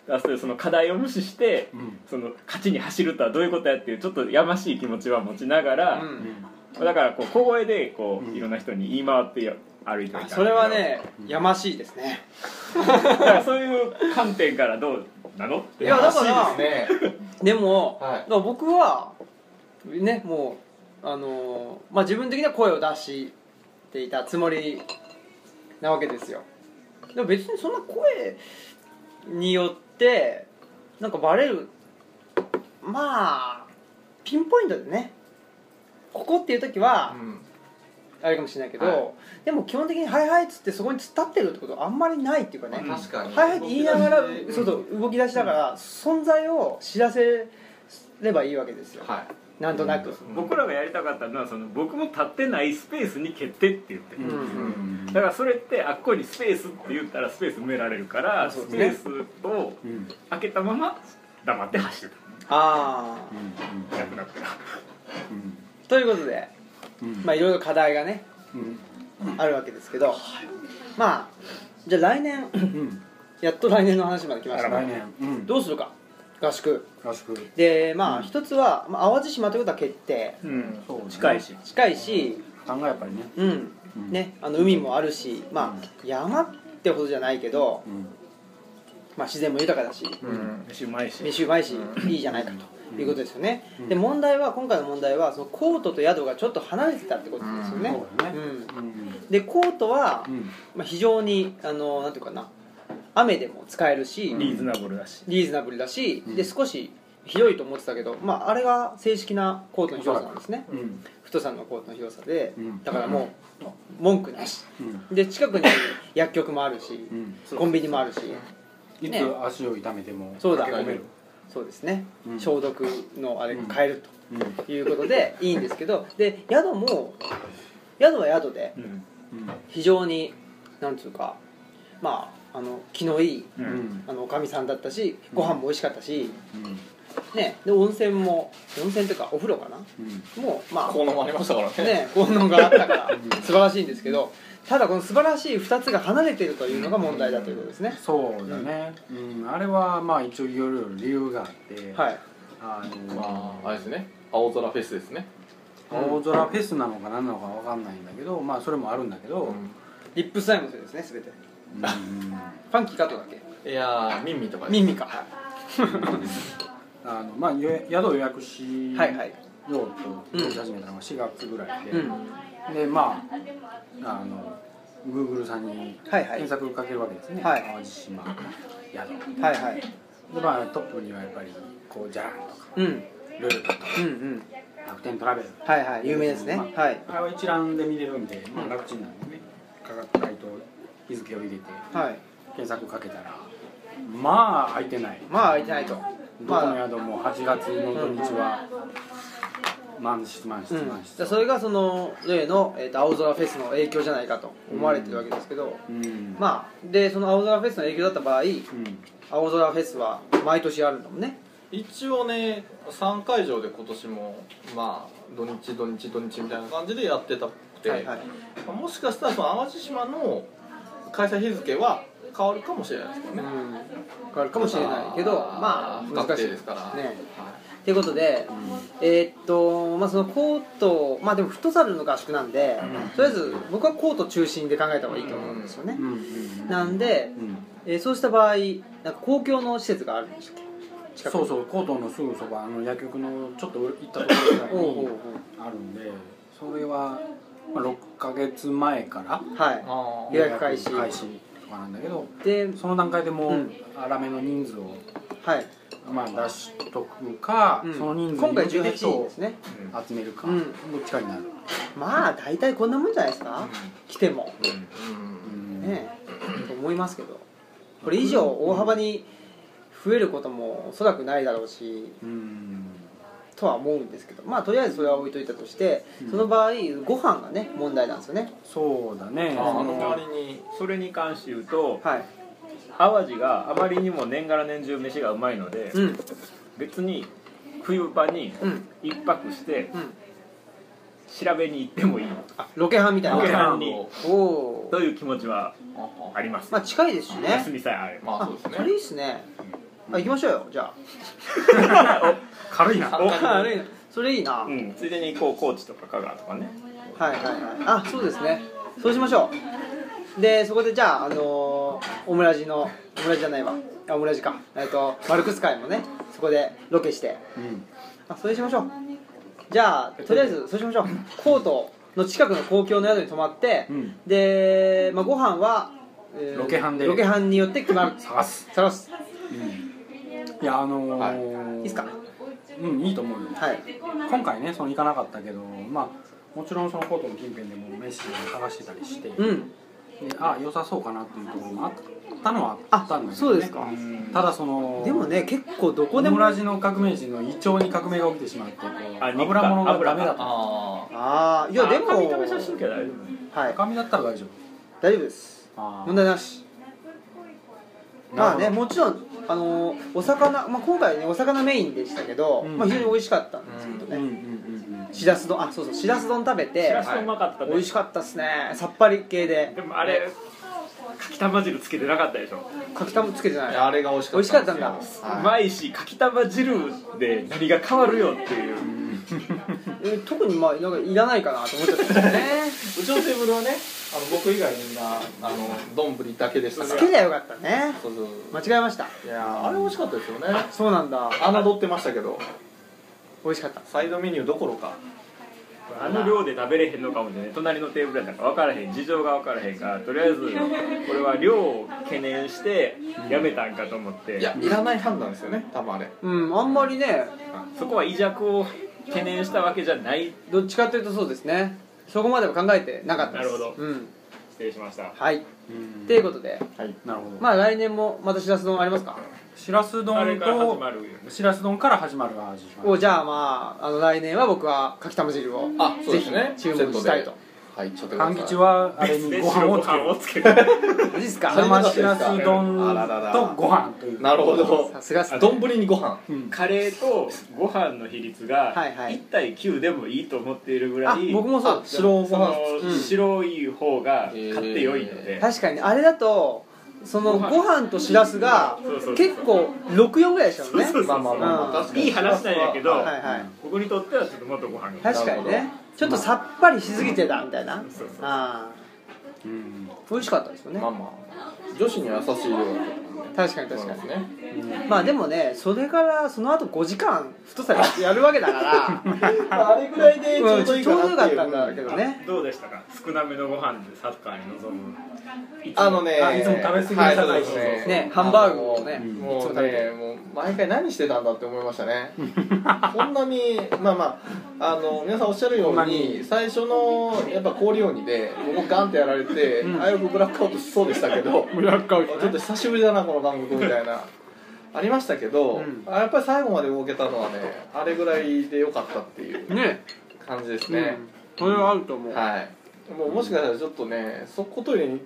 F: 出すというその課題を無視して
B: うん
F: その勝ちに走るとはどういうことやっていうちょっとやましい気持ちは持ちなが
C: う
F: ら、
B: うんん
F: だからこう小声でこう
B: うん
F: いろんな人に言い回ってよ歩いてみたんだ
C: あ
F: けど
C: それはねやましいですね
F: だからそういう観点からどうなのって
C: いやだから
D: しいですね
C: でも、
D: はい
C: だから僕はねもうあのーまあ自分的には声を出していたつもりなわけですよでも別にそんな声によってなんかバレるまあピンポイントでねここっていう時は
D: うん
C: あれかもしれないけど、
D: はい
C: でも基本的に「はいはい」っつってそこに突っ立ってるってことはあんまりないっていうかね、
D: 確かに
C: はいはいって言いながらそう
D: う
C: そう動き出しだから、存在を知らせればいいわけですよ、
D: はい
C: なんとなく、
F: 僕らがやりたかったのはその僕も立ってないスペースに蹴ってって言って、
C: うん
B: うん
F: だからそれってあっこにスペースって言ったらスペース埋められるから、
C: そう
F: ス
C: です
F: ペ
C: ね
F: ースを
B: うん
F: 開けたまま黙って走って
C: ああ
F: たなくなったら
C: ということで
B: うん
C: まあいろいろ課題がね
B: うん
C: あるわけですけどまあじゃあ来年 *laughs*
B: うん
C: やっと来年の話まで来ました
B: 来
C: ね
B: 年うん
C: どうするか合宿
B: 合宿
C: でま
B: う
C: あ
B: ん
C: 一つは、まあ、淡路島ということは決定
F: うん
B: そう
F: 近いし
C: 近いし
B: 負担がやっぱりね
C: うん
B: うん
C: ねあの海もあるしまあ山ってほどじゃないけど、
B: うん
C: まあ、自然も豊かだし
D: うん
F: 飯うまいし
C: 飯うまいし
D: うん
C: いいじゃないか
B: う
C: と
B: ん
C: いうことですよね、
B: うん
C: で問題は今回の問題はそのコートと宿がちょっと離れてたってことですよね、
B: うんそうだね
C: うん
B: うん
C: でコートは
B: う、ん
C: まあ、非常にあのなんていうかな雨でも使えるし、
F: リーズナブルだし
C: リーズナブルだし、
B: うん
C: で少し広いと思ってたけど、まあ、あれが正式なコートの広さなんですね
B: うん
C: 太さのコートの広さで
B: うん
C: だからもう文句なし
B: うん
C: で近くに薬局もあるし
B: うん
C: コンビニもあるし
B: い
C: ね
B: つ足を痛めても
C: そうだ
B: 駆け込める
C: そうですね
B: うん
C: 消毒のあれを変える
B: うん
C: ということでいいんですけどで宿も宿は宿で
F: うん
C: 非常になんつうかまああの気のいい
F: うん
B: うんうん
C: あのおかみさんだったしご飯も美味しかったし、
B: うん
C: ね、で温泉も温泉というかお風呂かな
B: うん
C: もうまあ
D: 効能もありましたからね
C: ね効能があったから素晴らしいんですけどただこの素晴らしい2つが離れてるというのが問題だということですね、
B: そうだねうんあれはまあ一応いろいろ理由があって
C: はい
B: あの
D: まああれですね青空フェスですね
B: 青空フェスなのか何なのかわかんないんだけどまあそれもあるんだけど
C: リップスタイムそれですね全てフ
B: うん
C: ァンキーカットだっけ
D: いやーミンミンとかです
C: ミンミかは
B: あのまあ予約宿を予約し
C: い
B: よ
C: はいはいう
B: と
C: うん
B: し始めたのが4月ぐらいで、
C: うん
B: でまああの Google さんに
C: はいはい
B: 検索をかけるわけですね、
C: はい
B: 淡路島宿みたい
C: はいはい
B: なでまあトップにはやっぱりこうじゃらんとか
C: うん
B: ルールとか
C: うんうん
B: 楽天トラベル
C: はいはい有名ですね
B: まあ
C: はい
B: あれは一覧で見れるんで、まあ、楽ちんなんでね価格帯と日付を入れて
C: はい
B: 検索かけたらまあ空いてない
C: まあ空いてないと
B: どこの
C: まあ
B: 宿も8月の土日は満室満室
C: うん、
B: 満室、
C: じゃあそれがその例の、えーと青空フェスの影響じゃないかと思われてるわけですけど、
B: うんあ
C: まあでその青空フェスの影響だった場合青空フェスは毎年あるんだもんね
D: 一応ね3会場で今年もまあ土日土日土日みたいな感じでやってたくて、
C: はいはい
D: もしかしたらその淡路島の開催日付は変わるかもしれないですけど
C: う
D: ね、
C: ん変わるかもしれないけどまあ
D: 不
C: 難
D: 確
C: しい
D: 定ですから、
C: ね
D: は
C: ということで、えーっとまあそのコートまあでもフットサルの合宿なんで、とりあえず僕はコート中心で考えた方がいいと思うんですよね、
B: うんうん
C: なんで、
B: うん
C: えーそうした場合なんか公共の施設があるんでしたっけ近く
B: そう
C: う
B: そうコートのすぐそばあの薬局のちょっと行ったところぐらい
C: おうおう
B: にあるんでそれは、まあ、6ヶ月前から
C: おうはい
D: あ
C: 予約開始
B: 予約開始とかなんだけど
C: で
B: その段階でもう、
C: うん
B: 粗めの人数を、
C: はい、
B: まあ、出しとくか、
C: うん
B: その人数
C: 今回
B: に向け
C: 18
B: た人
C: 人で
B: を
C: すね
B: 集めるか、
C: うん
B: どっちかになる、
C: まあ大体こんなもんじゃないですか、来ても
D: うん
C: ねえと思いますけどこれ以上大幅に増えることもおそらくないだろうし
B: うん
C: とは思うんですけどまあとりあえずそれは置いといたとして
B: うん
C: その場合ご飯がね問題なんですよね
B: そうだね
D: ああの
B: その
D: 代わりに
F: それに関して言うと
C: はい
F: 淡路があまりにも年がら年中飯がうまいので、
C: うん
F: 別に冬場に
C: うん
F: 一泊して
C: うん
F: 調べに行ってもいい
C: あロケハンみたい
F: ロケ
C: な
F: ハンに
C: おお
F: という気持ちはあります、
C: まあ近いですし
F: 休
C: ね
F: みさえあれば
D: まあ
C: あ
D: そうですね
C: これいいっすねあ行きましょうよじゃ
B: *laughs* 軽いな
C: あ
F: *laughs*
C: あいいなそれいいなは
F: う
C: い
F: ん、ついでにこう高知とか香川とかね
C: はいはいあそうですねそうしましょうでそこでじゃああのーオムラジのオムラジじゃないわあオムラジかえっとマルクス会もねそこでロケして
B: うん
C: あそれしましょうじゃあとりあえずそうしましょうコートの近くの公共の宿に泊まって、
B: うん
C: で、まあ、ご飯は、えー
B: ロケハンで
C: ロケハンによって決まる
B: 探す、
C: 探す
B: いやあのー
D: はい
C: いいっすか
B: うんいいと思うよ、
C: はい
B: 今回ねその行かなかったけどまあもちろんそのコートの近辺でもメッシを探してたりして、
C: うん
B: であ良さそうかなっていうところもあったのはあったんだけ
C: そ
B: ど、ね、
C: うですか
B: ただその
C: でもね結構ど
B: こ
C: こ
B: で
C: で
B: も
C: も
B: ラジの革命児の胃腸に革命が起きてしまってこう
F: あ日課
B: 油物がダメだと
D: あ
C: ああいやでも
F: あ赤身食べさせときゃ大丈
C: はい
B: 赤身だったら大丈夫
C: 大丈夫です
B: あ
C: 問題なしまあねもちろんあのーお魚、まあ、今回ねお魚メインでしたけど、
B: うん
C: まあ、非常に美味しかったんですけど
B: うんうん
C: ね、
B: うん
C: しらす丼あそうそうしらす丼食べて
F: しらすうまかった
C: 美味しかったっすねさっぱり系で
F: でもあれかきたま汁つけてなかったでしょ
C: かきたまつけてない
D: ああれが美味しかったですよ
C: 美味しか
F: う
D: は
F: まいしかきたま汁で何が変わるよっていう
C: えー特にまあなんかいらないかなと思っちゃったんですよね
F: *laughs*
D: いうちのテーブルはねあの僕以外みんなあの丼だけでした
C: つ
D: から
C: けりゃよかったね
D: そうそう
C: 間違えました
D: いやーあれ美味しかったですよね
C: そうなんだ
D: 侮ってましたけど
C: 美味しかった
D: サイドメニューどころか
F: あの量で食べれへんのかもね隣のテーブルやったから分からへん事情が分からへんからとりあえずこれは量を懸念してやめたんかと思って、
D: いやいらない判断ですよね多分あれ
C: うんあんまりね
F: そこは胃弱を懸念したわけじゃない
C: どっちかというとそうですねそこまでは考えてなかったです
F: なるほど
C: うん
F: 失礼しました
C: はい
B: うん
C: ということで
B: なるほど、
C: まあ来年もまたしらす丼ありますか
B: しらす
F: あれ
B: 丼
F: から始
B: と
F: まるよね
B: しらす丼から始まる味
C: をじゃあまああの来年は僕はかきたま汁を
D: あそう
C: ぜ
D: です
C: ひ
D: ね
C: 注文したいと
D: はいちょっと
B: 半吉はあれ
D: *laughs*
B: にご飯をつける
F: つける
C: マジっすか
B: 生しらす丼
D: あららら
B: とご飯という
D: なるほど
C: さすがっすね
D: 丼にご飯
B: うん
F: カレーとご飯の比率が
C: はいはい
F: 1対9でもいいと思っているぐら
C: あ
F: い
C: 僕もそう白
F: 白
C: ご
F: そ
C: 飯う
F: の、
C: ん
F: 白い方が勝って良いので、
C: 確かにねあれだとそのご飯としらすが
F: そうそうそう
C: 結構64ぐらいでしたもんね
F: そうそうそう
D: まあまあまあまあ確かに
F: いい話なんやけど、
D: は
C: はいはい
F: 僕にとってはちょっともっとご飯が
C: 確かに
D: なる
C: ねちょっとさっぱりしすぎてたみたいな
F: そうそう
C: あ
B: うん *laughs*
C: ー美味しかったですよね
D: まあまあ女子には優しい量だと
C: 確かに
D: 思
C: 確
D: い
C: か
D: ま
C: に
D: すね
C: まあでもねそれからその後5時間太さやるわけだから
D: あれぐらいでちょ
C: うん
D: う
C: ち
D: ど
C: ょ
D: いうい
C: ど
D: かな
C: よかったん
D: っ
C: だ
D: て
C: け
D: いう
C: どね
F: どうでしたか少なめのご飯でサッカーに臨む
D: あのね
B: あいつも食べ過ぎの
D: はい
B: 高い
D: そうですね
C: ねハンバーグをね
D: あの
B: うん
D: もう
C: いつも食べて
D: ねもう毎回何してたんだって思いましたねこんなにまあまああの皆さんおっしゃるよ
B: こんな
D: う
B: に
D: に最初のやっぱ氷鬼でここガンってやられて、あよくブラックアウトしそうでしたけどブラックアウト、ちょっと久しぶりだなこの感覚みたいなありましたけど、
B: うん
D: あやっぱり最後まで動けたのはねあれぐらいでよかったっていう
C: ね
D: 感じですね、
C: これはあると思う
D: はいもうもしかしたらちょっとねそこトイレに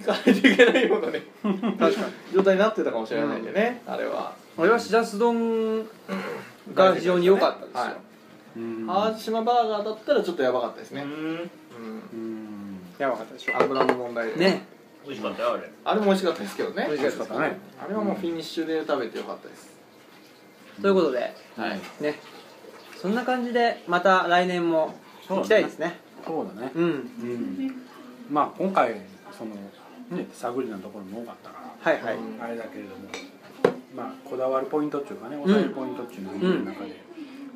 D: 行かないといけないようなね
C: 確かに
D: 状態になってたかもしれないんでね、あれは
C: 俺はしらす丼が非常に良かったですよ
D: はい
B: うん
D: 淡路島バーガーだったらちょっとやばかったですね、うん
B: うん
C: やばかったでし
D: 油の問題で
C: ね
F: 美味しかったよあれ
D: あれも美味しかったですけどね
C: 美味しかったね
D: あれはもうフィニッシュで食べてよかったです、
C: ということで
D: はい
C: ねそんな感じでまた来年も行きたいですね
B: そうだね
C: うん
B: うんまあ今回そのね手探りなところも多かったから
C: はいはい
B: あれだけれども、まあ、こだわるポイントっていうかね抑えるポイントっていうのは
C: うん
B: 中で、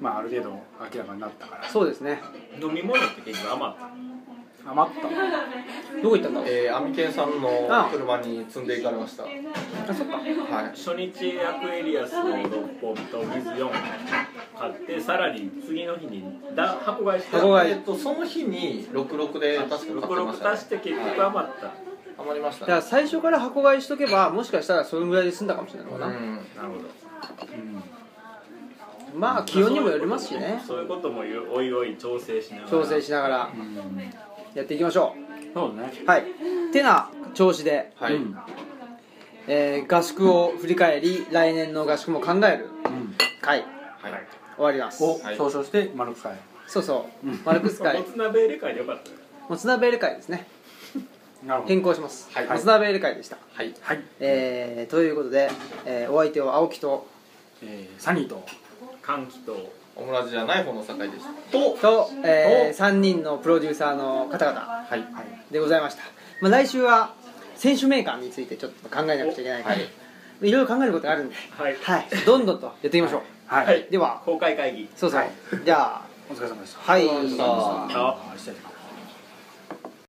B: まあ、ある程度明らかになったから
C: そうですね
F: 飲み物って結構余った
B: 余った
C: どこ行ったんだろう
D: えー、アミケンさん
C: あ
D: の車に積んでいかれました
C: あそっか
D: はい
F: 初日アクエリアスの6本と水4本買ってさらに次の日にだ箱買いして
C: 箱買い
D: えっとその日に66で確か買ってました、
F: 66足して結局余った、
D: 余りまし
C: だ
D: た
C: から
D: ね
C: 最初から箱買いしとけばもしかしたらそのぐらいで済んだかもしれないのかな、
D: うん
F: なるほど
C: まあ気温にもよりますしね
F: そういうこともおいおい調整しながら
C: 調整しながら
B: うん、うん、
C: やっていきましょ
B: そうね
C: うはいてな調子で、
D: はい、
B: うん
C: えー合宿を振り返り来年の合宿も考える
B: うん、
C: 回
D: はい
C: 終わります
B: を
D: はい
B: 総称して丸く使え
C: そうそう、
B: うん
C: マルクス会
F: もつ鍋入れ替えでよかったよ
C: もつ鍋入れ会ですね
B: なるほど
C: 変更します、
D: はい
C: もつ鍋入れ会でした、
D: はい
B: はい、
C: えー、ということで、えーお相手は青木と
B: えー、サニーと
F: 歓喜と
D: オムラジじゃない方の酒井でした
C: とえ3人のプロデューサーの方々
D: はい
C: でございました、まあ、来週は選手メーカーについてちょっと考えなくちゃいけないから、、
D: はいい
C: ろいろ考えることがあるんで、
F: はい
C: はい、どんどんとやっていきましょう、
B: はい、
C: では
F: 公開会議
C: そうそう、じゃあ
B: お疲れ様でした
C: はい
D: ありがとうございました
F: あ
B: 失礼します